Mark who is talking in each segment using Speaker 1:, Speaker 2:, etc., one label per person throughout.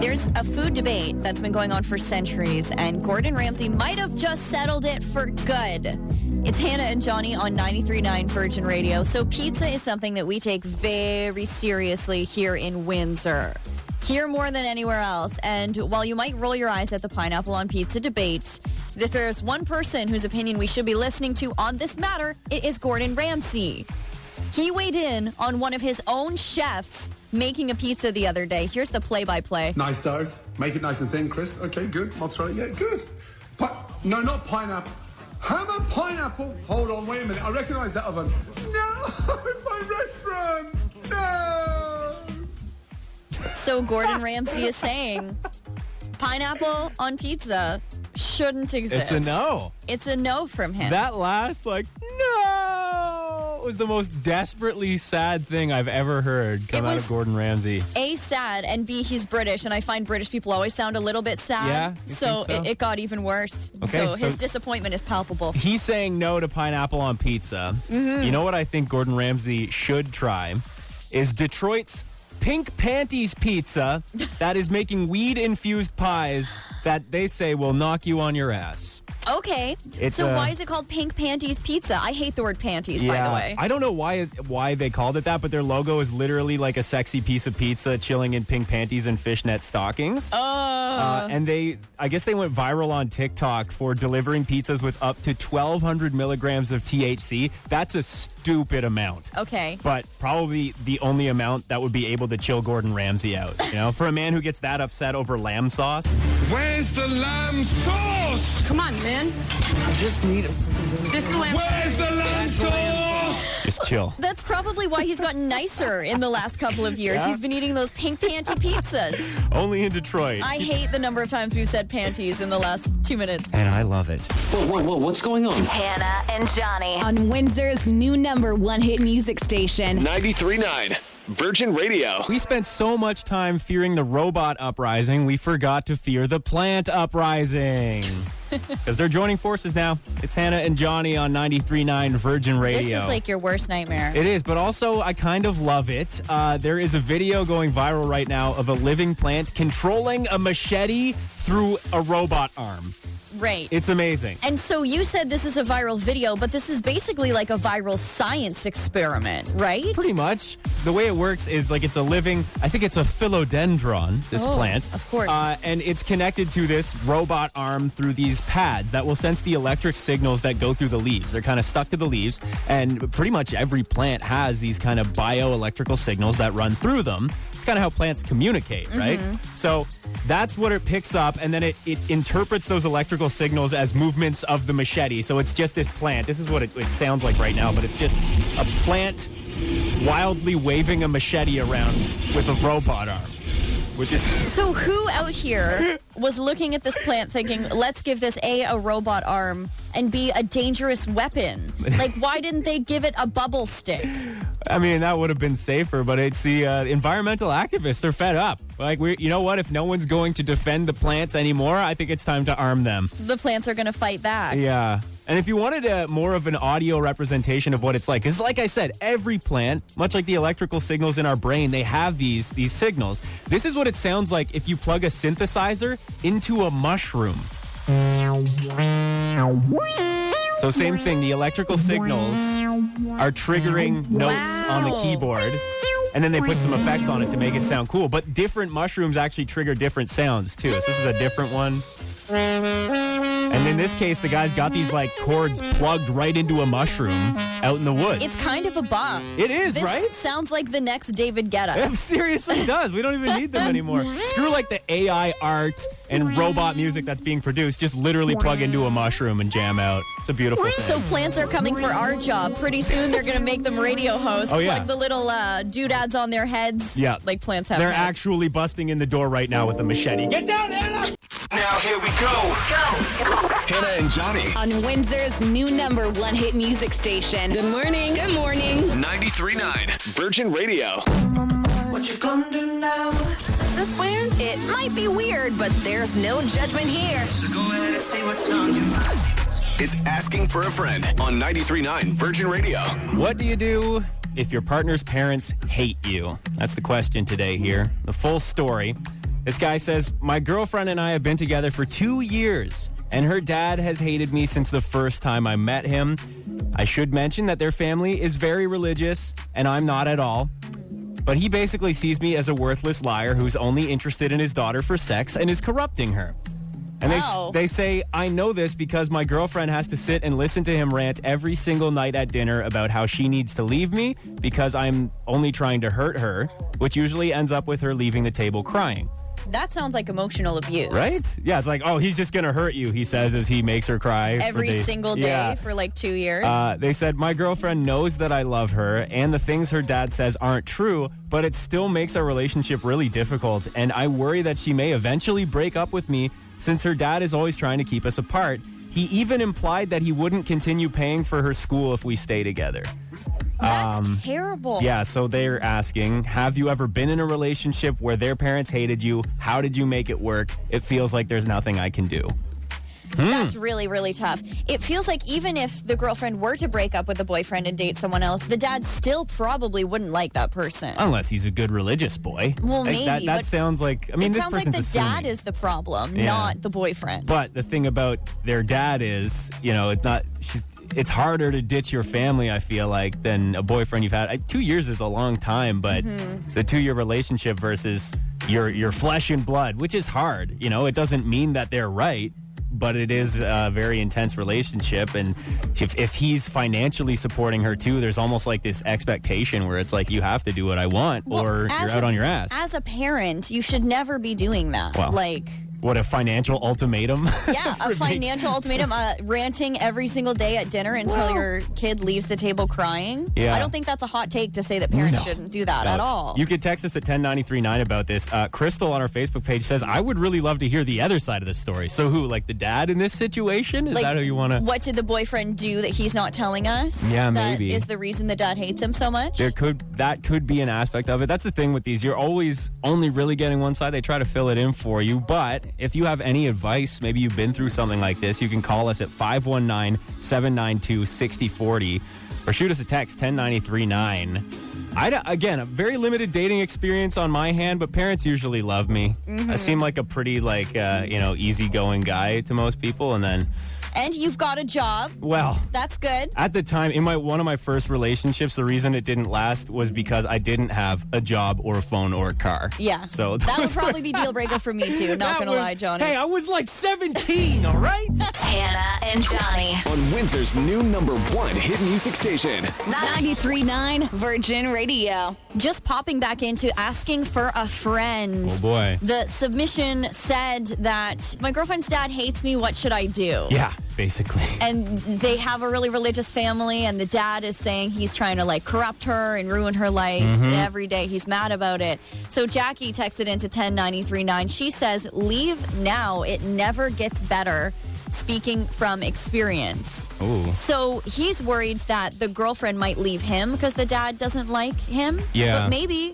Speaker 1: There's a food debate that's been going on for centuries, and Gordon Ramsay might have just settled it for good. It's Hannah and Johnny on 93.9 Virgin Radio. So, pizza is something that we take very seriously here in Windsor. Here more than anywhere else. And while you might roll your eyes at the pineapple on pizza debate, if there's one person whose opinion we should be listening to on this matter, it is Gordon Ramsay. He weighed in on one of his own chefs making a pizza the other day. Here's the play by play.
Speaker 2: Nice dough. Make it nice and thin, Chris. Okay, good. Mozzarella, yeah, good. Pi- no, not pineapple. Ham and pineapple. Hold on, wait a minute. I recognise that oven. No, it's my restaurant. No.
Speaker 1: So Gordon Ramsay is saying pineapple on pizza shouldn't exist.
Speaker 3: It's a no.
Speaker 1: It's a no from him.
Speaker 3: That last, like, no, was the most desperately sad thing I've ever heard come out
Speaker 1: was-
Speaker 3: of Gordon Ramsay.
Speaker 1: a sad and B he's British and I find British people always sound a little bit sad.
Speaker 3: Yeah, you
Speaker 1: so
Speaker 3: think so?
Speaker 1: It, it got even worse.
Speaker 3: Okay,
Speaker 1: so,
Speaker 3: so-
Speaker 1: his disappointment is palpable.
Speaker 3: He's saying no to pineapple on pizza.
Speaker 1: Mm-hmm.
Speaker 3: You know what I think Gordon Ramsay should try? Is Detroit's Pink Panties Pizza that is making weed infused pies that they say will knock you on your ass.
Speaker 1: Okay.
Speaker 3: It's,
Speaker 1: so
Speaker 3: uh,
Speaker 1: why is it called pink panties pizza? I hate the word panties by the way.
Speaker 3: I don't know why why they called it that, but their logo is literally like a sexy piece of pizza chilling in pink panties and fishnet stockings.
Speaker 1: Uh-huh.
Speaker 3: Uh, and they, I guess they went viral on TikTok for delivering pizzas with up to 1,200 milligrams of THC. That's a stupid amount.
Speaker 1: Uh, okay.
Speaker 3: But probably the only amount that would be able to chill Gordon Ramsay out. You know, for a man who gets that upset over lamb sauce.
Speaker 4: Where's the lamb sauce?
Speaker 5: Come on, man.
Speaker 6: Just need a
Speaker 5: This is the way I'm
Speaker 4: Where's the lamb sauce?
Speaker 3: Just chill.
Speaker 1: That's probably why he's gotten nicer in the last couple of years.
Speaker 3: Yeah?
Speaker 1: He's been eating those pink panty pizzas.
Speaker 3: Only in Detroit.
Speaker 1: I hate the number of times we've said panties in the last two minutes.
Speaker 3: and I love it.
Speaker 6: Whoa, whoa, whoa, what's going on?
Speaker 7: Hannah and Johnny.
Speaker 8: on Windsor's new number one hit music station.
Speaker 9: 93.9 Virgin Radio.
Speaker 3: We spent so much time fearing the robot uprising, we forgot to fear the plant uprising. Because they're joining forces now. It's Hannah and Johnny on 93.9 Virgin Radio.
Speaker 1: This is like your worst nightmare.
Speaker 3: It is, but also I kind of love it. Uh, there is a video going viral right now of a living plant controlling a machete through a robot arm.
Speaker 1: right.
Speaker 3: It's amazing.
Speaker 1: and so you said this is a viral video, but this is basically like a viral science experiment, right?
Speaker 3: Pretty much. The way it works is like it's a living, I think it's a philodendron, this
Speaker 1: Oh,
Speaker 3: plant.
Speaker 1: of course.
Speaker 3: Uh, and it's connected to this robot arm through these pads that will sense the electric signals that go through the leaves. They're kind of stuck to the leaves. And pretty much every plant has these kind of bioelectrical signals that run through them. It's kind of how plants communicate, right? So that's what it picks up. And then it, it interprets those electrical signals as movements of the machete. So it's just this plant. This is what it, it sounds like right now, but it's just a plant wildly waving a machete around with a robot arm, which is
Speaker 1: So who out here was looking at this plant thinking, let's give this A, a robot arm, and B, a dangerous weapon? Like, why didn't they give it a bubble stick?
Speaker 3: I mean, that would have been safer, but it's the uh, environmental activists. They're fed up. Like, we, you know what? If no one's going to defend the plants anymore, I think it's time to arm them.
Speaker 1: The plants are going to fight back.
Speaker 3: Yeah. And if you wanted a, more of an audio representation of what it's like, because like I said, every plant, much like the electrical signals in our brain, they have these these signals. This is what it sounds like if you plug a synthesizer into a mushroom. So same thing. The electrical signals are triggering notes on the
Speaker 1: Wow.
Speaker 3: keyboard. And then they put some effects on it to make it sound cool. But different mushrooms actually trigger different sounds too. So this is a different one. And in this case, the guy's got these like cords plugged right into a mushroom out in the woods.
Speaker 1: It's kind of a bomb.
Speaker 3: It is,
Speaker 1: This
Speaker 3: right?
Speaker 1: sounds like the next David
Speaker 3: It
Speaker 1: Guetta.
Speaker 3: seriously does. We don't even need them anymore. Screw like the AI art and robot music that's being produced. Just literally plug into a mushroom and jam out. It's a beautiful thing.
Speaker 1: So plants are coming for our job. Pretty soon they're going to make them radio hosts.
Speaker 3: Oh, yeah.
Speaker 1: Plug the little uh, doodads on their heads.
Speaker 3: yeah,
Speaker 1: Like plants have.
Speaker 3: They're
Speaker 1: heads.
Speaker 3: actually busting in the door right now with a machete. Get down, Anna!
Speaker 4: Now here we go.
Speaker 9: Hannah and Johnny.
Speaker 8: On Windsor's new number one hit music station.
Speaker 5: Good morning. Good morning.
Speaker 9: 93.9 Virgin Radio.
Speaker 7: Is this weird?
Speaker 8: It might be weird, but there's no judgment here.
Speaker 9: It's asking for a friend on 93.9 Virgin Radio.
Speaker 3: What do you do if your partner's parents hate you? That's the question today here. The full story. This guy says, My girlfriend and I have been together for two years, and her dad has hated me since the first time I met him. I should mention that their family is very religious, and I'm not at all. But he basically sees me as a worthless liar who's only interested in his daughter for sex and is corrupting her. And
Speaker 1: Wow.
Speaker 3: they, they say, I know this because my girlfriend has to sit and listen to him rant every single night at dinner about how she needs to leave me because I'm only trying to hurt her, which usually ends up with her leaving the table crying.
Speaker 1: That sounds like emotional abuse.
Speaker 3: Right? Yeah, it's like, oh, he's just going to hurt you, he says as he makes her cry. for
Speaker 1: Every
Speaker 3: days.
Speaker 1: single day
Speaker 3: Yeah.
Speaker 1: for like two years.
Speaker 3: Uh, they said, My girlfriend knows that I love her, and the things her dad says aren't true, but it still makes our relationship really difficult. And I worry that she may eventually break up with me since her dad is always trying to keep us apart. He even implied that he wouldn't continue paying for her school if we stay together.
Speaker 1: That's terrible.
Speaker 3: Um, Yeah, so they're asking, have you ever been in a relationship where their parents hated you? How did you make it work? It feels like there's nothing I can do. Hmm.
Speaker 1: That's really, really tough. It feels like even if the girlfriend were to break up with the boyfriend and date someone else, the dad still probably wouldn't like that person.
Speaker 3: Unless he's a good religious boy.
Speaker 1: Well,
Speaker 3: Like, that,
Speaker 1: maybe,
Speaker 3: that
Speaker 1: but
Speaker 3: sounds like. I mean,
Speaker 1: it
Speaker 3: this
Speaker 1: sounds like
Speaker 3: person's
Speaker 1: the
Speaker 3: assuming.
Speaker 1: dad is the problem,
Speaker 3: Yeah.
Speaker 1: not the boyfriend.
Speaker 3: But the thing about their dad is, you know, it's not. She's, it's harder to ditch your family. I feel like than a boyfriend you've had. I, two years is a long time, but
Speaker 1: Mm-hmm.
Speaker 3: it's a two-year relationship versus your your flesh and blood, which is hard. You know, it doesn't mean that they're right. But it is a very intense relationship, and if, if he's financially supporting her too, there's almost like this expectation where it's like you have to do what I want,
Speaker 1: Well,
Speaker 3: or you're
Speaker 1: as
Speaker 3: out
Speaker 1: a-
Speaker 3: on your ass.
Speaker 1: As a parent, you should never be doing that.
Speaker 3: Wow.
Speaker 1: Like,
Speaker 3: what a financial ultimatum!
Speaker 1: yeah, a financial ultimatum, uh, ranting every single day at dinner until your kid leaves the table crying.
Speaker 3: Yeah.
Speaker 1: I don't think that's a hot take to say that parents
Speaker 3: No.
Speaker 1: shouldn't do that at
Speaker 3: out.
Speaker 1: all.
Speaker 3: You could text us at 10939 about this. Uh, Crystal on our Facebook page says, I would really love to hear the other side of the story. So, who, like the dad in this situation? Is
Speaker 1: Like,
Speaker 3: that who you want to?
Speaker 1: What did the boyfriend do that he's not telling us?
Speaker 3: Yeah,
Speaker 1: That
Speaker 3: maybe.
Speaker 1: is the reason the dad hates him so much.
Speaker 3: There could that could be an aspect of it. That's the thing with these. You're always only really getting one side. They try to fill it in for you. But if you have any advice, maybe you've been through something like this, you can call us at 519-792-6040 or shoot us a text 10939. I don't- again, a very limited dating experience on my hand, but parents usually love me. I seem like a pretty like, uh, you know, easygoing guy to most people and then
Speaker 1: and you've got a job.
Speaker 3: well,
Speaker 1: That's good.
Speaker 3: at the time in my one of my first relationships the reason it didn't last was because i didn't have a job or a phone or a car
Speaker 1: Yeah.
Speaker 3: so
Speaker 1: that would probably be deal breaker for me too. Not
Speaker 3: that
Speaker 1: gonna
Speaker 3: was-
Speaker 1: lie, Johnny.
Speaker 3: hey i was like 17 all right
Speaker 7: Hannah and Johnny.
Speaker 9: On Windsor's new number one hit music station.
Speaker 8: 939 Virgin Radio.
Speaker 1: Just popping back into asking for a friend.
Speaker 3: oh boy
Speaker 1: The submission said that my girlfriend's dad hates me. What should I do?
Speaker 3: yeah basically
Speaker 1: And they have a really religious family, and the dad is saying he's trying to like corrupt her and ruin her life
Speaker 3: Mm-hmm.
Speaker 1: and every day. He's mad about it. So Jackie texted into 10939. She says, Leave now. It never gets better. Speaking from experience.
Speaker 3: oh
Speaker 1: So he's worried that the girlfriend might leave him because the dad doesn't like him.
Speaker 3: Yeah.
Speaker 1: But maybe,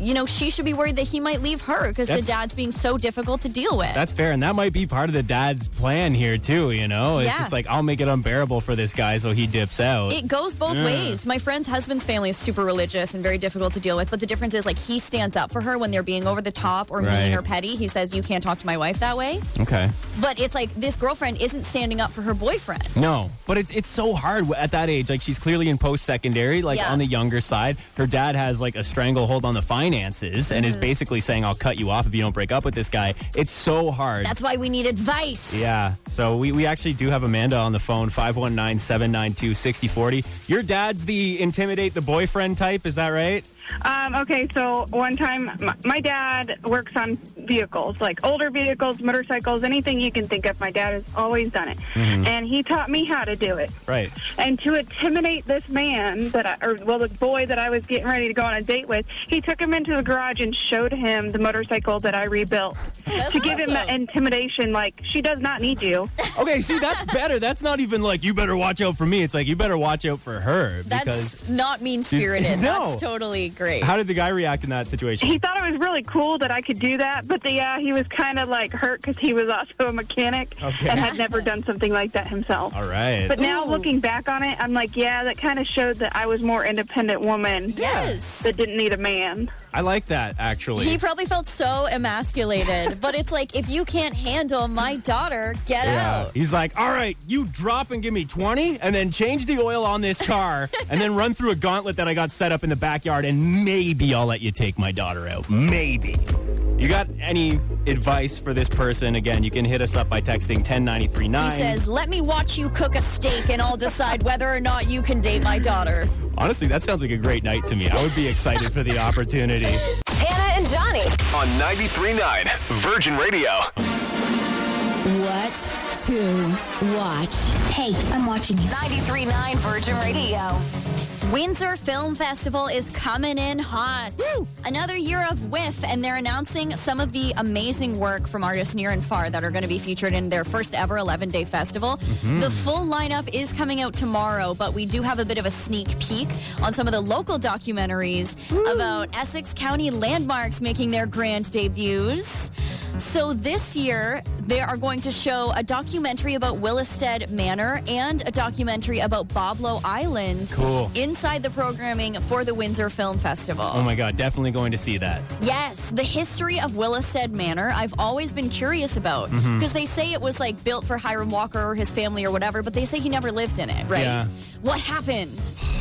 Speaker 1: you know, she should be worried that he might leave her because the
Speaker 3: That's-
Speaker 1: dad's being so difficult to deal with.
Speaker 3: that's fair and that might be part of the dad's plan here too you know it's
Speaker 1: Yeah.
Speaker 3: just like i'll make it unbearable for this guy so he dips out
Speaker 1: It goes both ways. My friend's husband's family is super religious and very difficult to deal with, but the difference is like he stands up for her when they're being over the top or mean
Speaker 3: Right.
Speaker 1: or petty. He says, You can't talk to my wife that way.
Speaker 3: okay
Speaker 1: But it's like this girlfriend isn't standing up for her boyfriend.
Speaker 3: No, but it's it's so hard at that age. Like she's clearly in post secondary, like
Speaker 1: Yeah.
Speaker 3: on the younger side. Her dad has like a stranglehold on the finances and
Speaker 1: Mm-hmm.
Speaker 3: is basically saying, "I'll cut you off if you don't break up with this guy." It's so hard.
Speaker 1: That's why we need advice.
Speaker 3: yeah, so we, we actually do have Amanda on the phone, 519 792 6040. Your dad's the intimidate the boyfriend type, is that right?
Speaker 10: Um, okay, so one time, my, my dad works on vehicles, like older vehicles, motorcycles, anything you can think of. My dad has always done it,
Speaker 3: Mm-hmm.
Speaker 10: and he taught me how to do it.
Speaker 3: Right.
Speaker 10: And to intimidate this man that, I, or well, the boy that I was getting ready to go on a date with, he took him into the garage and showed him the motorcycle that I rebuilt
Speaker 1: That's
Speaker 10: to give him that
Speaker 1: awesome.
Speaker 10: intimidation. Like she does not need you.
Speaker 3: Okay, see, that's better. That's not even like, you better watch out for me. It's like, you better watch out for her.
Speaker 1: That's
Speaker 3: because
Speaker 1: not mean spirited.
Speaker 3: No.
Speaker 1: That's totally great.
Speaker 3: How did the guy react in that situation?
Speaker 10: He thought it was really cool that I could do that, but the, uh, he was kind of like hurt because he was also a mechanic
Speaker 3: Okay.
Speaker 10: and had never done something like that himself.
Speaker 3: All right.
Speaker 10: But now looking back on it, I'm like, yeah, that kind of showed that I was more independent woman.
Speaker 1: Yes.
Speaker 10: That didn't need a man.
Speaker 3: I like that actually.
Speaker 1: He probably felt so emasculated, but it's like if you can't handle my daughter, get out.
Speaker 3: He's like, all right, you drop and give me 20 and then change the oil on this car and then run through a gauntlet that I got set up in the backyard and maybe I'll let you take my daughter out. Maybe. You got any advice for this person? Again, you can hit us up by texting 10939.
Speaker 1: He says, "Let me watch you cook a steak, and I'll decide whether or not you can date my daughter."
Speaker 3: Honestly, that sounds like a great night to me. I would be excited for the opportunity.
Speaker 7: Hannah and Johnny.
Speaker 9: On 93.9 Virgin Radio.
Speaker 11: What to watch?
Speaker 7: Hey, I'm watching you. 93.9 Virgin Radio.
Speaker 1: Windsor Film Festival is coming in hot. Another year of whiff, and they're announcing some of the amazing work from artists near and far that are going to be featured in their first ever 11 day festival.
Speaker 12: Mhm.
Speaker 1: The full lineup is coming out tomorrow, but we do have a bit of a sneak peek on some of the local documentaries about Essex County landmarks making their grand debuts. So this year, they are going to show a documentary about Willistead Manor and a documentary about Boblo Island
Speaker 3: Cool.
Speaker 1: inside the programming for the Windsor Film Festival.
Speaker 3: Oh my God, definitely going to see that.
Speaker 1: Yes, the history of Willistead Manor I've always been curious about because
Speaker 3: Mhm.
Speaker 1: they say it was like built for Hiram Walker or his family or whatever, but they say he never lived in it, right?
Speaker 3: Yeah.
Speaker 1: What happened?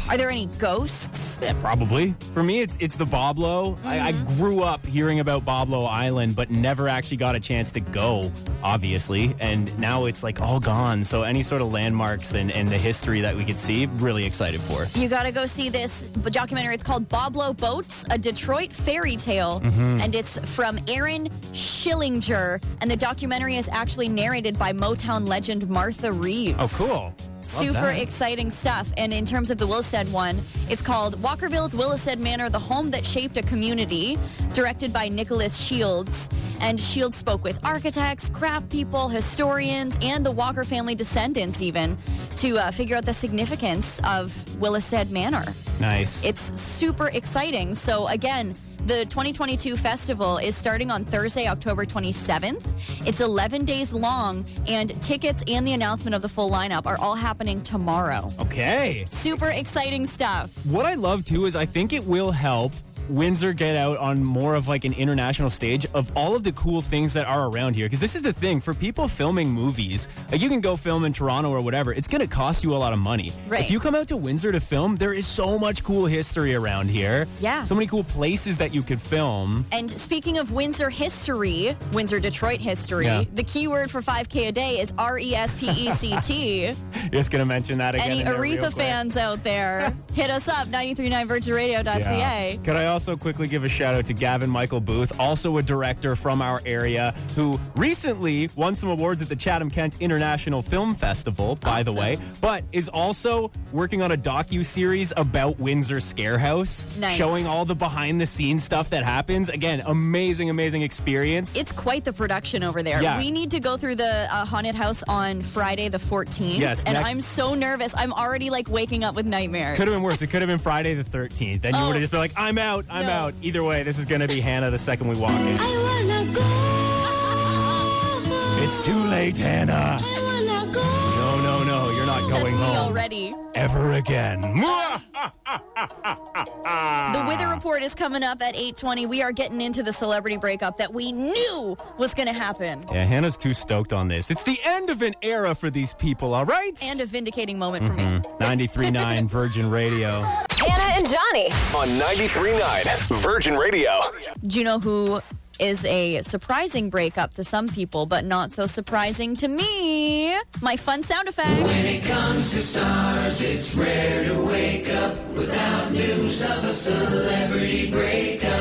Speaker 1: Are there any ghosts?
Speaker 3: Yeah, probably. For me, it's it's the Boblo. I, I grew up hearing about Boblo Island, but never actually got a chance to go, obviously. And now it's like all gone. So any sort of landmarks and, and the history that we could see, really excited for.
Speaker 1: You got to go see this b- documentary. It's called Boblo Boats, a Detroit fairy tale.
Speaker 3: Mhm.
Speaker 1: And it's from Aaron Schillinger. And the documentary is actually narrated by Motown legend Martha Reeves.
Speaker 3: Oh, cool. Love
Speaker 1: Super
Speaker 3: that.
Speaker 1: exciting stuff. And in terms of the Willstead one, it's called Walkerville's Willstead Manor, the home that shaped a community, directed by Nicholas Shields. And Shields spoke with architects, craft people, historians, and the Walker family descendants, even, to uh, figure out the significance of Willstead Manor.
Speaker 3: Nice.
Speaker 1: It's super exciting. So again, the 2022 festival is starting on Thursday, October 27th. It's 11 days long, and tickets and the announcement of the full lineup are all happening tomorrow.
Speaker 3: okay.
Speaker 1: Super exciting stuff.
Speaker 3: What I love too is I think it will help Windsor get out on more of like an international stage of all of the cool things that are around here. Because this is the thing for people filming movies, like you can go film in Toronto or whatever, it's going to cost you a lot of money.
Speaker 1: Right.
Speaker 3: If you come out to Windsor to film, there is so much cool history around here.
Speaker 1: Yeah.
Speaker 3: So many cool places that you could film.
Speaker 1: And speaking of Windsor history, Windsor Detroit history,
Speaker 3: Yeah.
Speaker 1: the keyword for 5K a day is R E S P E C T.
Speaker 3: Just going to mention that again.
Speaker 1: Any
Speaker 3: in there real
Speaker 1: Aretha
Speaker 3: quick.
Speaker 1: fans out there, hit us up 939virginradio.ca.
Speaker 3: Yeah. Could I also quickly give a shout out to Gavin Michael Booth, also a director from our area, who recently won some awards at the Chatham Kent International Film Festival, by the way, but is also working on a docu series about Windsor Scarehouse,
Speaker 1: Nice.
Speaker 3: showing all the behind the scenes stuff that happens. Again, amazing, amazing experience.
Speaker 1: It's quite the production over there.
Speaker 3: Yeah.
Speaker 1: We need to go through the uh, haunted house on Friday the 14th.
Speaker 3: Yes,
Speaker 1: and
Speaker 3: next-
Speaker 1: I'm so nervous. I'm already like waking up with nightmares.
Speaker 3: Could have been worse. It could have been Friday the 13th. Then you
Speaker 1: Oh.
Speaker 3: would have just been like, I'm out, I'm
Speaker 1: No.
Speaker 3: out. Either way, this is going to be Hannah the second we walk in. It's too late, Hannah. No, no, no. You're not
Speaker 1: That's
Speaker 3: going
Speaker 1: me
Speaker 3: home
Speaker 1: already.
Speaker 3: ever again. Mwah!
Speaker 1: The
Speaker 3: Ah.
Speaker 1: Wither Report is coming up at 8:20. We are getting into the celebrity breakup that we knew was going to happen.
Speaker 3: Yeah, Hannah's too stoked on this. It's the end of an era for these people, all right?
Speaker 1: And a vindicating moment for me.
Speaker 3: Mhm. 93.9 Virgin Radio.
Speaker 7: Hannah and Johnny.
Speaker 9: On 93.9 Virgin Radio.
Speaker 1: Do you know who is a surprising breakup to some people, but not so surprising to me? My fun sound effect.
Speaker 4: When it comes to stars, it's rare to wake up without news of a celebrity breakup.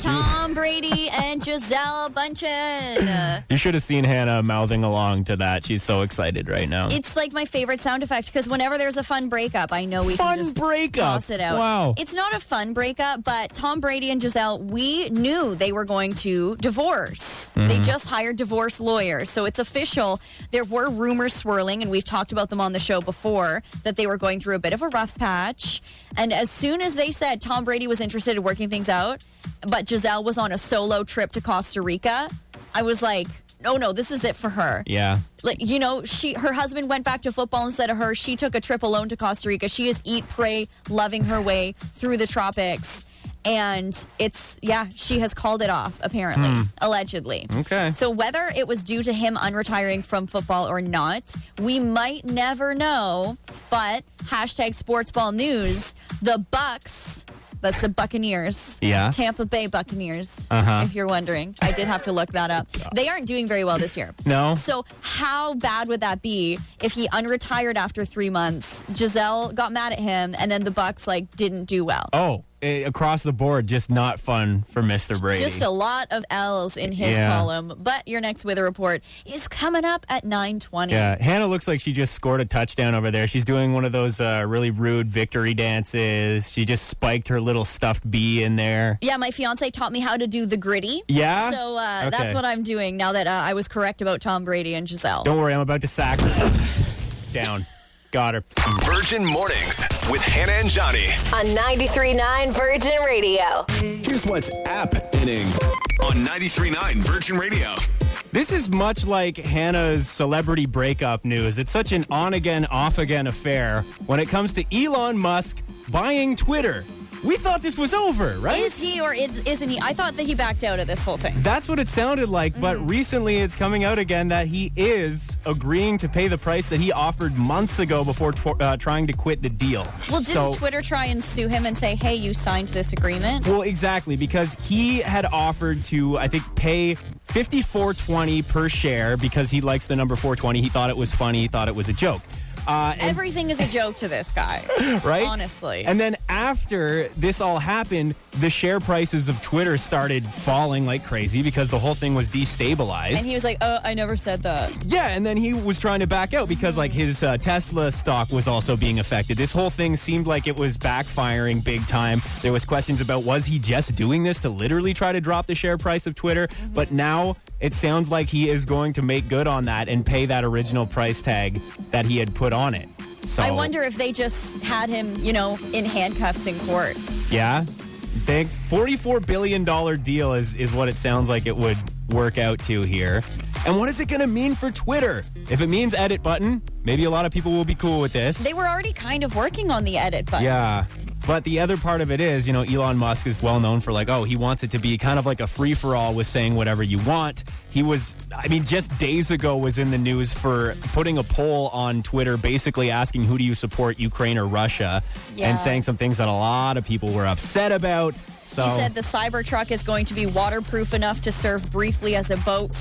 Speaker 1: Tom Brady Lindsay and Giselle Bunchen.
Speaker 3: You should have seen Hannah mouthing along to that. She's so excited right now.
Speaker 1: It's like my favorite sound effect because whenever there's a fun breakup, I know we
Speaker 3: Fun
Speaker 1: can just
Speaker 3: breakup.
Speaker 1: toss it out.
Speaker 3: Wow.
Speaker 1: It's not a fun breakup, but Tom Brady and Giselle, we knew they were going to divorce.
Speaker 3: Mm-hmm.
Speaker 1: They
Speaker 12: Mhm.
Speaker 1: just hired divorce lawyers. So it's official. There were rumors swirling, and we've talked about them on the show before, that they were going through a bit of a rough patch. And as soon as they said Tom Brady was interested in working things out, but Giselle was on a solo trip to Costa Rica, I was like, oh no, this is it for her
Speaker 3: yeah.
Speaker 1: like you know she her husband went back to football instead of her she took a trip alone to costa rica she is eat pray loving her way through the tropics and it's yeah she has called it off apparently
Speaker 3: Hmm.
Speaker 1: allegedly
Speaker 3: Okay.
Speaker 1: so whether it was due to him unretiring from football or not we might never know but hashtag sportsball news the bucks that's the buccaneers
Speaker 3: Yeah.
Speaker 1: tampa bay buccaneers
Speaker 3: Uh-huh.
Speaker 1: if you're wondering i did have to look that up they aren't doing very well this year
Speaker 3: No?
Speaker 1: so how bad would that be if he unretired after three months? Giselle got mad at him, and then the Bucks like didn't do well.
Speaker 3: Oh, eh, across the board, just not fun for Mr. Brady.
Speaker 1: Just a lot of L's in his
Speaker 3: Yeah.
Speaker 1: column. But your next Wither report is coming up at nine twenty.
Speaker 3: yeah, Hannah looks like she just scored a touchdown over there. She's doing one of those uh, really rude victory dances. She just spiked her little stuffed bee in there.
Speaker 1: Yeah, my fiance taught me how to do the gritty.
Speaker 3: Yeah?
Speaker 1: So uh, that's
Speaker 3: Okay.
Speaker 1: what I'm doing now that uh, I was correct about Tom Brady and Giselle.
Speaker 3: Don't worry, I'm about to sack her. Down. Got her.
Speaker 9: Virgin Mornings with Hannah and Johnny.
Speaker 7: On 93.9 Virgin Radio.
Speaker 9: Here's what's happening on 93.9 Virgin Radio.
Speaker 3: This is much like Hannah's celebrity breakup news. It's such an on again, off again affair when it comes to Elon Musk buying Twitter. We thought this was over, right?
Speaker 1: Is he or is, isn't he? I thought that he backed out of this whole thing.
Speaker 3: That's what it sounded like,
Speaker 1: Mm-hmm.
Speaker 3: but recently it's coming out again that he is agreeing to pay the price that he offered months ago before tw- uh, trying to quit the deal.
Speaker 1: Well, didn't
Speaker 3: So-
Speaker 1: Twitter try and sue him and say, "Hey, you signed this agreement"?
Speaker 3: Well, exactly because he had offered to, I think, pay fifty four twenty per share because he likes the number four twenty. He thought it was funny. He thought it was a joke. Uh, and-
Speaker 1: Everything is a joke to this guy.
Speaker 3: right?
Speaker 1: Honestly.
Speaker 3: And then after this all happened, the share prices of Twitter started falling like crazy because the whole thing was destabilized.
Speaker 1: And he was like, oh, I never said that.
Speaker 3: yeah, and then he was trying to back out because like his uh, Tesla stock was also being affected. This whole thing seemed like it was backfiring big time. There was questions about was he just doing this to literally try to drop the share price of Twitter?
Speaker 1: Mm-hmm.
Speaker 3: But now it sounds like he is going to make good on that and pay that original price tag that he had put on it. So
Speaker 1: I wonder if they just had him, you know, in handcuffs in court.
Speaker 3: Yeah. Big forty-four billion dollar deal is is what it sounds like it would work out to here. And what is it going to mean for Twitter? If it means edit button, maybe a lot of people will be cool with this.
Speaker 1: They were already kind of working on the edit button.
Speaker 3: yeah. But the other part of it is, you know, Elon Musk is well known for like, oh, he wants it to be kind of like a free for all with saying whatever you want. He was, I mean, just days ago was in the news for putting a poll on Twitter basically asking who do you support, Ukraine or Russia,
Speaker 1: Yeah.
Speaker 3: and saying some things that a lot of people were upset about. So
Speaker 1: He said the Cybertruck is going to be waterproof enough to serve briefly as a boat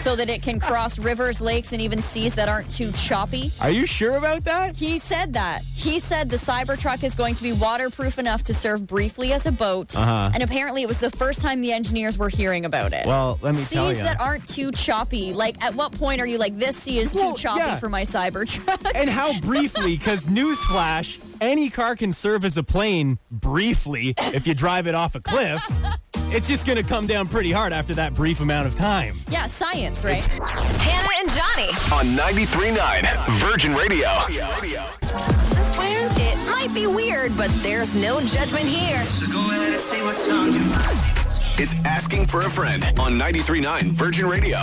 Speaker 1: so that it can cross rivers, lakes, and even seas that aren't too choppy.
Speaker 3: Are you sure about that?
Speaker 1: He said that. He said the Cybertruck is going to be waterproof enough to serve briefly as a boat.
Speaker 3: Uh-huh.
Speaker 1: And apparently, it was the first time the engineers were hearing about it.
Speaker 3: Well, let me
Speaker 1: Seas
Speaker 3: tell you.
Speaker 1: that aren't too choppy. Like, at what point are you like, this sea is
Speaker 3: Well,
Speaker 1: too choppy
Speaker 3: yeah.
Speaker 1: for my Cybertruck?
Speaker 3: and how briefly, because newsflash, any car can serve as a plane briefly if you drive it off a cliff. It's just going to come down pretty hard after that brief amount of time.
Speaker 1: yeah, science, right?
Speaker 7: Hannah and Johnny.
Speaker 9: On 93.9 Virgin Radio.
Speaker 7: Is this weird? It might be weird, but there's no judgment here. So go ahead and say what's on your
Speaker 9: It's Asking for a Friend on 93.9 Virgin Radio.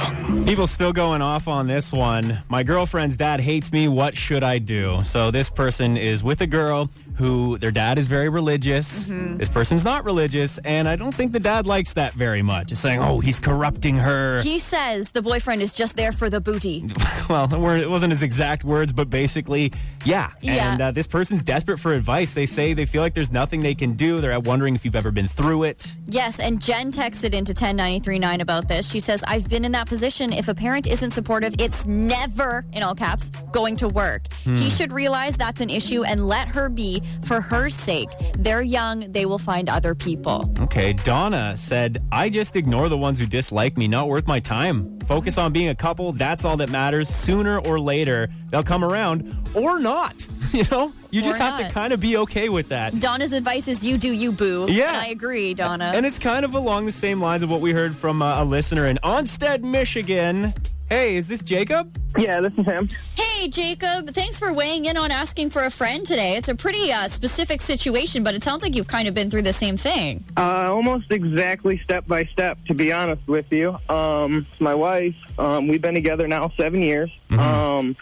Speaker 3: People still going off on this one. My girlfriend's dad hates me. What should I do? So this person is with a girl who their dad is very religious. This person's not religious, and I don't think the dad likes that very much. It's saying, "Oh, he's corrupting her."
Speaker 1: He says the boyfriend is just there for the booty.
Speaker 3: well, the word- it wasn't his exact words, but basically, yeah.
Speaker 1: Yeah.
Speaker 3: And uh, this person's desperate for advice. They say they feel like there's nothing they can do. They're wondering if you've ever been through it.
Speaker 1: Yes, and Jen texted into 10939 about this. She says, I've been in that position. If a parent isn't supportive, it's never, in all caps, going to work.
Speaker 3: Hmm.
Speaker 1: He should realize that's an issue and let her be. for her sake. They're young, they will find other people.
Speaker 3: Okay, Donna said, I just ignore the ones who dislike me. Not worth my time. Focus on being a couple. That's all that matters. Sooner or later, they'll come around or not. You know, you just
Speaker 1: Or
Speaker 3: have to
Speaker 1: not.
Speaker 3: kind of be okay with that.
Speaker 1: Donna's advice is you do you, boo.
Speaker 3: Yeah.
Speaker 1: And I agree, Donna.
Speaker 3: And it's kind of along the same lines of what we heard from uh, a listener in Onstead, Michigan. Hey, is this Jacob?
Speaker 12: Yeah, this is him.
Speaker 1: Hey, Jacob, thanks for weighing in on asking for a friend today. It's a pretty uh, specific situation, but it sounds like you've kind of been through the same thing.
Speaker 12: Uh, almost exactly step by step, to be honest with you. Um, my wife, um, we've been together now seven years.
Speaker 10: Mm-hmm.
Speaker 12: Um,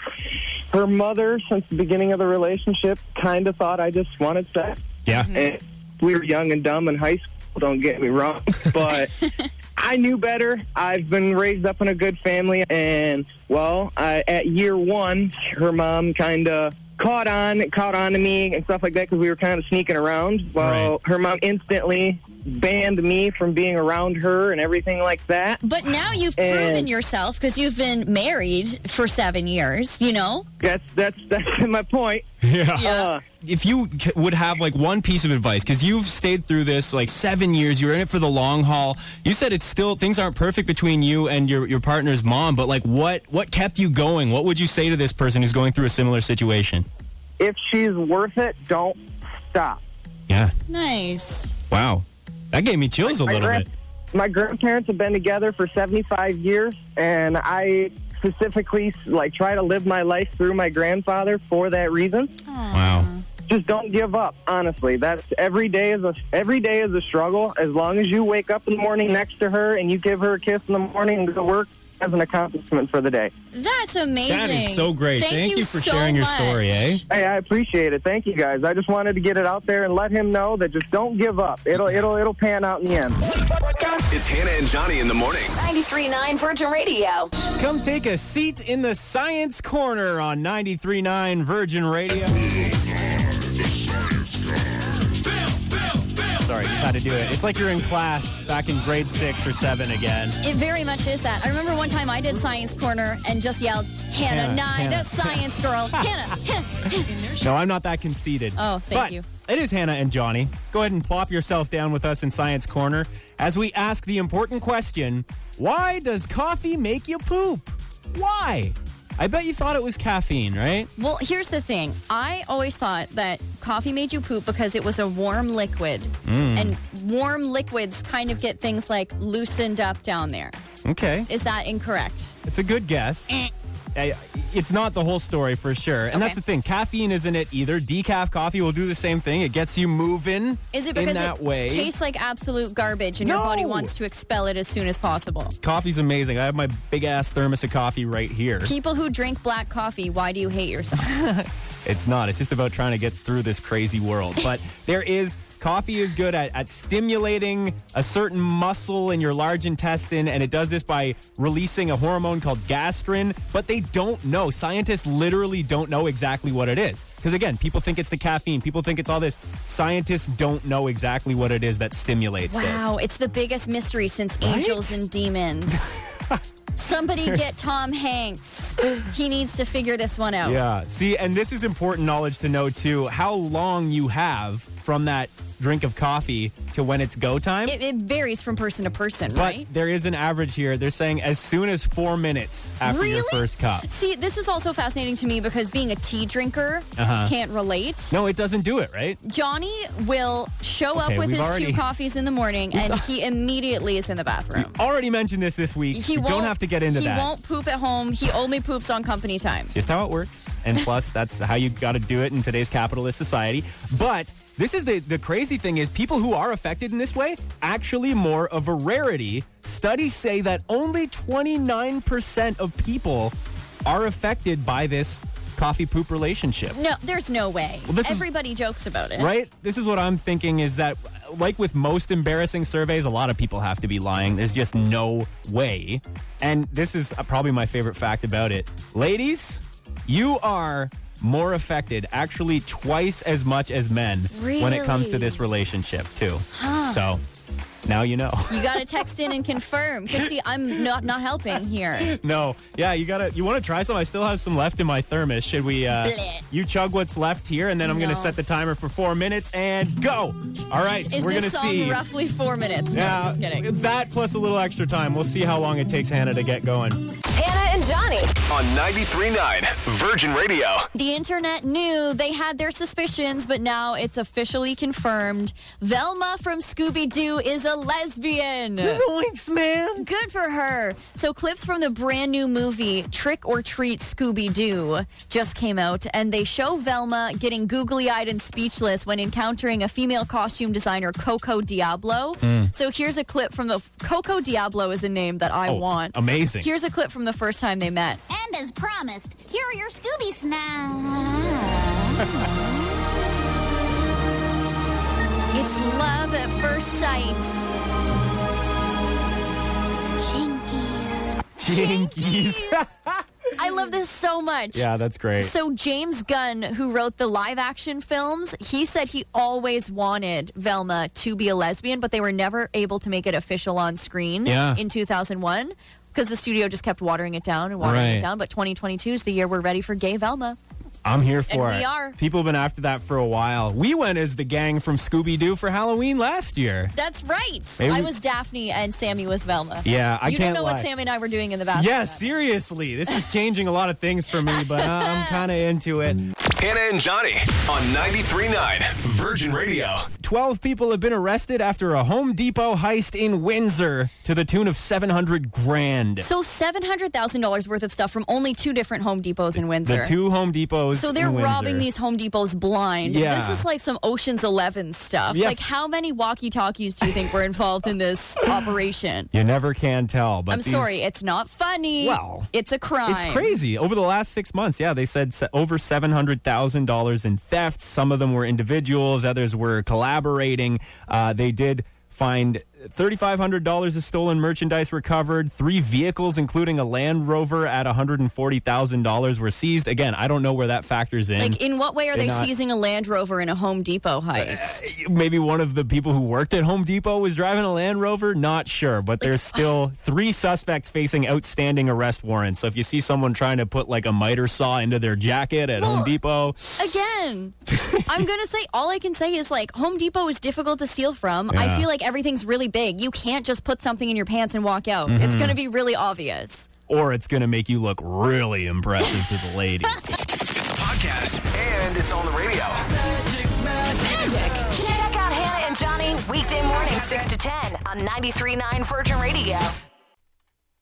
Speaker 12: her mother, since the beginning of the relationship, kind of thought I just wanted sex.
Speaker 3: Yeah.
Speaker 12: And we were young and dumb in high school, don't get me wrong, but I knew better. I've been raised up in a good family, and well, I, at year one, her mom kind of caught on, caught on to me and stuff like that because we were kind of sneaking around. Well, her mom instantly banned me from being around her and everything like that.
Speaker 1: But now you've
Speaker 3: Eh.
Speaker 12: And-
Speaker 1: proven yourself because you've been married for seven years, you know?
Speaker 12: That's that's that's my point.
Speaker 3: Yeah.
Speaker 12: Uh,
Speaker 3: If you c- would have like one piece of advice, because you've stayed through this like seven years, you were in it for the long haul. You said it's still things aren't perfect between you and your, your partner's mom, but like what what kept you going? What would you say to this person who's going through a similar situation?
Speaker 12: if she's worth it, don't stop.
Speaker 3: Yeah.
Speaker 1: Nice.
Speaker 3: Wow. That gave me chills a
Speaker 12: My
Speaker 3: little
Speaker 12: grand-
Speaker 3: bit.
Speaker 12: My grandparents have been together for 75 years, and I specifically like try to live my life through my grandfather for that reason.
Speaker 3: Wow.
Speaker 12: Just don't give up. Honestly, that's every day is a every day is a struggle. As long as you wake up in the morning next to her and you give her a kiss in the morning and go to work, as an accomplishment for the day.
Speaker 1: That's amazing.
Speaker 3: That is so great.
Speaker 1: Thank, you,
Speaker 3: for
Speaker 1: so
Speaker 3: sharing
Speaker 1: much.
Speaker 3: your story, eh?
Speaker 12: Hey, I appreciate it. Thank you guys. I just wanted to get it out there and let him know that just don't give up. It'll it'll it'll pan out in the end.
Speaker 9: It's Hannah and Johnny in the morning.
Speaker 7: 93.9 Virgin Radio.
Speaker 3: Come take a seat in the science corner on 93.9 Virgin Radio. Sorry, just had to do it. It's like you're in class back in grade six or seven again.
Speaker 1: It very much is that. I remember one time I did Science Corner and just yelled, Hannah,
Speaker 3: Hannah,
Speaker 1: nine,
Speaker 3: Hannah.
Speaker 1: that's Science Girl. Hannah, Hannah.
Speaker 3: No, I'm not that conceited.
Speaker 1: Oh, thank
Speaker 3: But
Speaker 1: you.
Speaker 3: It is Hannah and Johnny. Go ahead and plop yourself down with us in Science Corner as we ask the important question Why does coffee make you poop? Why? I bet you thought it was caffeine, right?
Speaker 1: Well, here's the thing. I always thought that coffee made you poop because it was a warm liquid.
Speaker 3: Mm.
Speaker 1: And warm liquids kind of get things like loosened up down there.
Speaker 3: Okay.
Speaker 1: Is that incorrect?
Speaker 3: It's a good guess.
Speaker 1: Eh.
Speaker 3: I- It's not the whole story for sure. And that's the thing. Caffeine isn't it either. Decaf coffee will do the same thing. It gets you moving
Speaker 1: Is it
Speaker 3: in
Speaker 1: because
Speaker 3: that
Speaker 1: it
Speaker 3: way.
Speaker 1: tastes like absolute garbage and your body wants to expel it as soon as possible?
Speaker 3: Coffee's amazing. I have my big ass thermos of coffee right here.
Speaker 1: People who drink black coffee, why do you hate yourself?
Speaker 3: It's not. It's just about trying to get through this crazy world. But there is coffee is good at, at stimulating a certain muscle in your large intestine, and it does this by releasing a hormone called gastrin. But they don't know. Scientists literally don't know exactly what it is. Because again, people think it's the caffeine. People think it's all this. Scientists don't know exactly what it is that stimulates this.
Speaker 1: wow, it's the biggest mystery since
Speaker 3: Right?
Speaker 1: Angels and Demons. Somebody get Tom Hanks. He needs to figure this one out.
Speaker 3: Yeah. See, and this is important knowledge to know too. How long you have from that drink of coffee to when it's go time.
Speaker 1: It, it varies from person to person,
Speaker 3: But
Speaker 1: right?
Speaker 3: there is an average here. They're saying as soon as four minutes after your
Speaker 1: Really?
Speaker 3: first cup.
Speaker 1: See, this is also fascinating to me because being a tea drinker
Speaker 3: Uh-huh.
Speaker 1: can't relate.
Speaker 3: No, it doesn't do it, right?
Speaker 1: Johnny will show
Speaker 3: Okay,
Speaker 1: up with
Speaker 3: we've
Speaker 1: his
Speaker 3: already-
Speaker 1: two coffees in the morning and he immediately is in the bathroom.
Speaker 3: Already mentioned this this week.
Speaker 1: He
Speaker 3: we
Speaker 1: won't,
Speaker 3: don't have to get into
Speaker 1: he
Speaker 3: that.
Speaker 1: won't poop at home. He only poops on company time.
Speaker 3: It's just how it works. And plus, that's how you got to do it in today's capitalist society. But this is the, the crazy thing is people who are affected in this way actually more of a rarity. Studies say that only 29% of people are affected by this coffee poop relationship.
Speaker 1: No, there's no way.
Speaker 3: Well, this is-
Speaker 1: Everybody jokes about it.
Speaker 3: Right? This is what I'm thinking is that, like with most embarrassing surveys, a lot of people have to be lying. There's just no way. And this is uh, probably my favorite fact about it. Ladies, you are more affected, actually, twice as much as men when it comes to
Speaker 1: Really?
Speaker 3: this relationship, too.
Speaker 1: Huh.
Speaker 3: So Now you know.
Speaker 1: You got to text in and confirm. Because, see, I'm not, not helping here.
Speaker 3: no. Yeah, you gotta. You want to try some? I still have some left in my thermos. Should we? Uh,
Speaker 1: Bleh.
Speaker 3: you chug what's left here, and then I'm gonna
Speaker 1: No.
Speaker 3: set the timer for four minutes and go. All right,
Speaker 1: Is
Speaker 3: we're
Speaker 1: this
Speaker 3: gonna
Speaker 1: song
Speaker 3: see.
Speaker 1: roughly four minutes? No,
Speaker 3: yeah,
Speaker 1: just kidding.
Speaker 3: That plus a little extra time. We'll see how long it takes Hannah to get going.
Speaker 7: Hannah and Johnny.
Speaker 9: On 93.9 Virgin Radio.
Speaker 1: The internet knew they had their suspicions, but now it's officially confirmed. Velma from Scooby Doo is a lesbian.
Speaker 3: Zoinks, man.
Speaker 1: Good for her. So, clips from the brand new movie Trick or Treat Scooby Doo just came out, and they show Velma getting googly eyed and speechless when encountering a female costume designer, Coco Diablo.
Speaker 3: Mm.
Speaker 1: So, here's a clip from the Coco Diablo is a name that I
Speaker 3: Oh,
Speaker 1: want.
Speaker 3: amazing.
Speaker 1: Here's a clip from the first time they met.
Speaker 13: And as promised, here are your Scooby snacks.
Speaker 1: It's love at first sight.
Speaker 3: Jinkies.
Speaker 1: I love this so much.
Speaker 3: yeah, that's great.
Speaker 1: So James Gunn, who wrote the live action films, he said he always wanted Velma to be a lesbian, but they were never able to make it official on screen
Speaker 14: Yeah.
Speaker 1: in 2001 because the studio just kept watering it down and watering
Speaker 3: Right.
Speaker 1: it down. But 2022 is the year we're ready for gay Velma.
Speaker 3: I'm here for
Speaker 1: And
Speaker 3: it.
Speaker 1: we are.
Speaker 3: People have been after that for a while. We went as the gang from Scooby Doo for Halloween last year.
Speaker 1: That's right.
Speaker 3: Maybe-
Speaker 1: I was Daphne and Sammy was Velma.
Speaker 3: Yeah, I
Speaker 1: you
Speaker 3: can't
Speaker 1: don't know
Speaker 3: lie.
Speaker 1: what Sammy and I were doing in the bathroom.
Speaker 3: yeah, seriously. This is changing a lot of things for me, but uh, I'm kind of into it.
Speaker 9: Hannah and Johnny on 93.9 Virgin Radio.
Speaker 3: 12 people have been arrested after a Home Depot heist in Windsor to the tune of 700 grand.
Speaker 1: So seven hundred thousand dollars worth of stuff from only two different Home Depots in Windsor.
Speaker 3: the two Home Depots.
Speaker 1: So they're
Speaker 3: in Windsor.
Speaker 1: robbing these Home Depots blind.
Speaker 3: Yeah.
Speaker 1: This is like some Ocean's Eleven stuff.
Speaker 3: Yeah.
Speaker 1: Like, how many walkie talkies do you think were involved in this operation?
Speaker 3: You never can tell. But
Speaker 1: I'm
Speaker 3: these-
Speaker 1: sorry, it's not funny.
Speaker 3: Well,
Speaker 1: it's a crime.
Speaker 3: It's crazy. Over the last six months, yeah, they said se- over seven hundred thousand dollars in thefts. Some of them were individuals, others were collaborating. Uh, they did find thirty five hundred dollars of stolen merchandise recovered. Three vehicles, including a Land Rover at one hundred and forty thousand dollars, were seized. Again, I don't know where that factors in.
Speaker 1: Like, in what way are they
Speaker 3: They're not-
Speaker 1: seizing a Land Rover in a Home Depot heist?
Speaker 3: Maybe one of the people who worked at Home Depot was driving a Land Rover. Not sure, but there's still three suspects facing outstanding arrest warrants. So if you see someone trying to put like a miter saw into their jacket at Home
Speaker 1: Well-
Speaker 3: Depot,
Speaker 1: Again, I'm going to say all I can say is like Home Depot is difficult to steal from.
Speaker 3: Yeah.
Speaker 1: I feel like everything's really big. You can't just put something in your pants and walk out. It's
Speaker 3: Mhm.
Speaker 1: going to be really obvious.
Speaker 3: or it's going to make you look really impressive to the ladies.
Speaker 9: It's a podcast and it's on the radio.
Speaker 7: Magic. Check out Hannah and Johnny weekday morning, 6 to 10 on 93.9 Virgin Radio.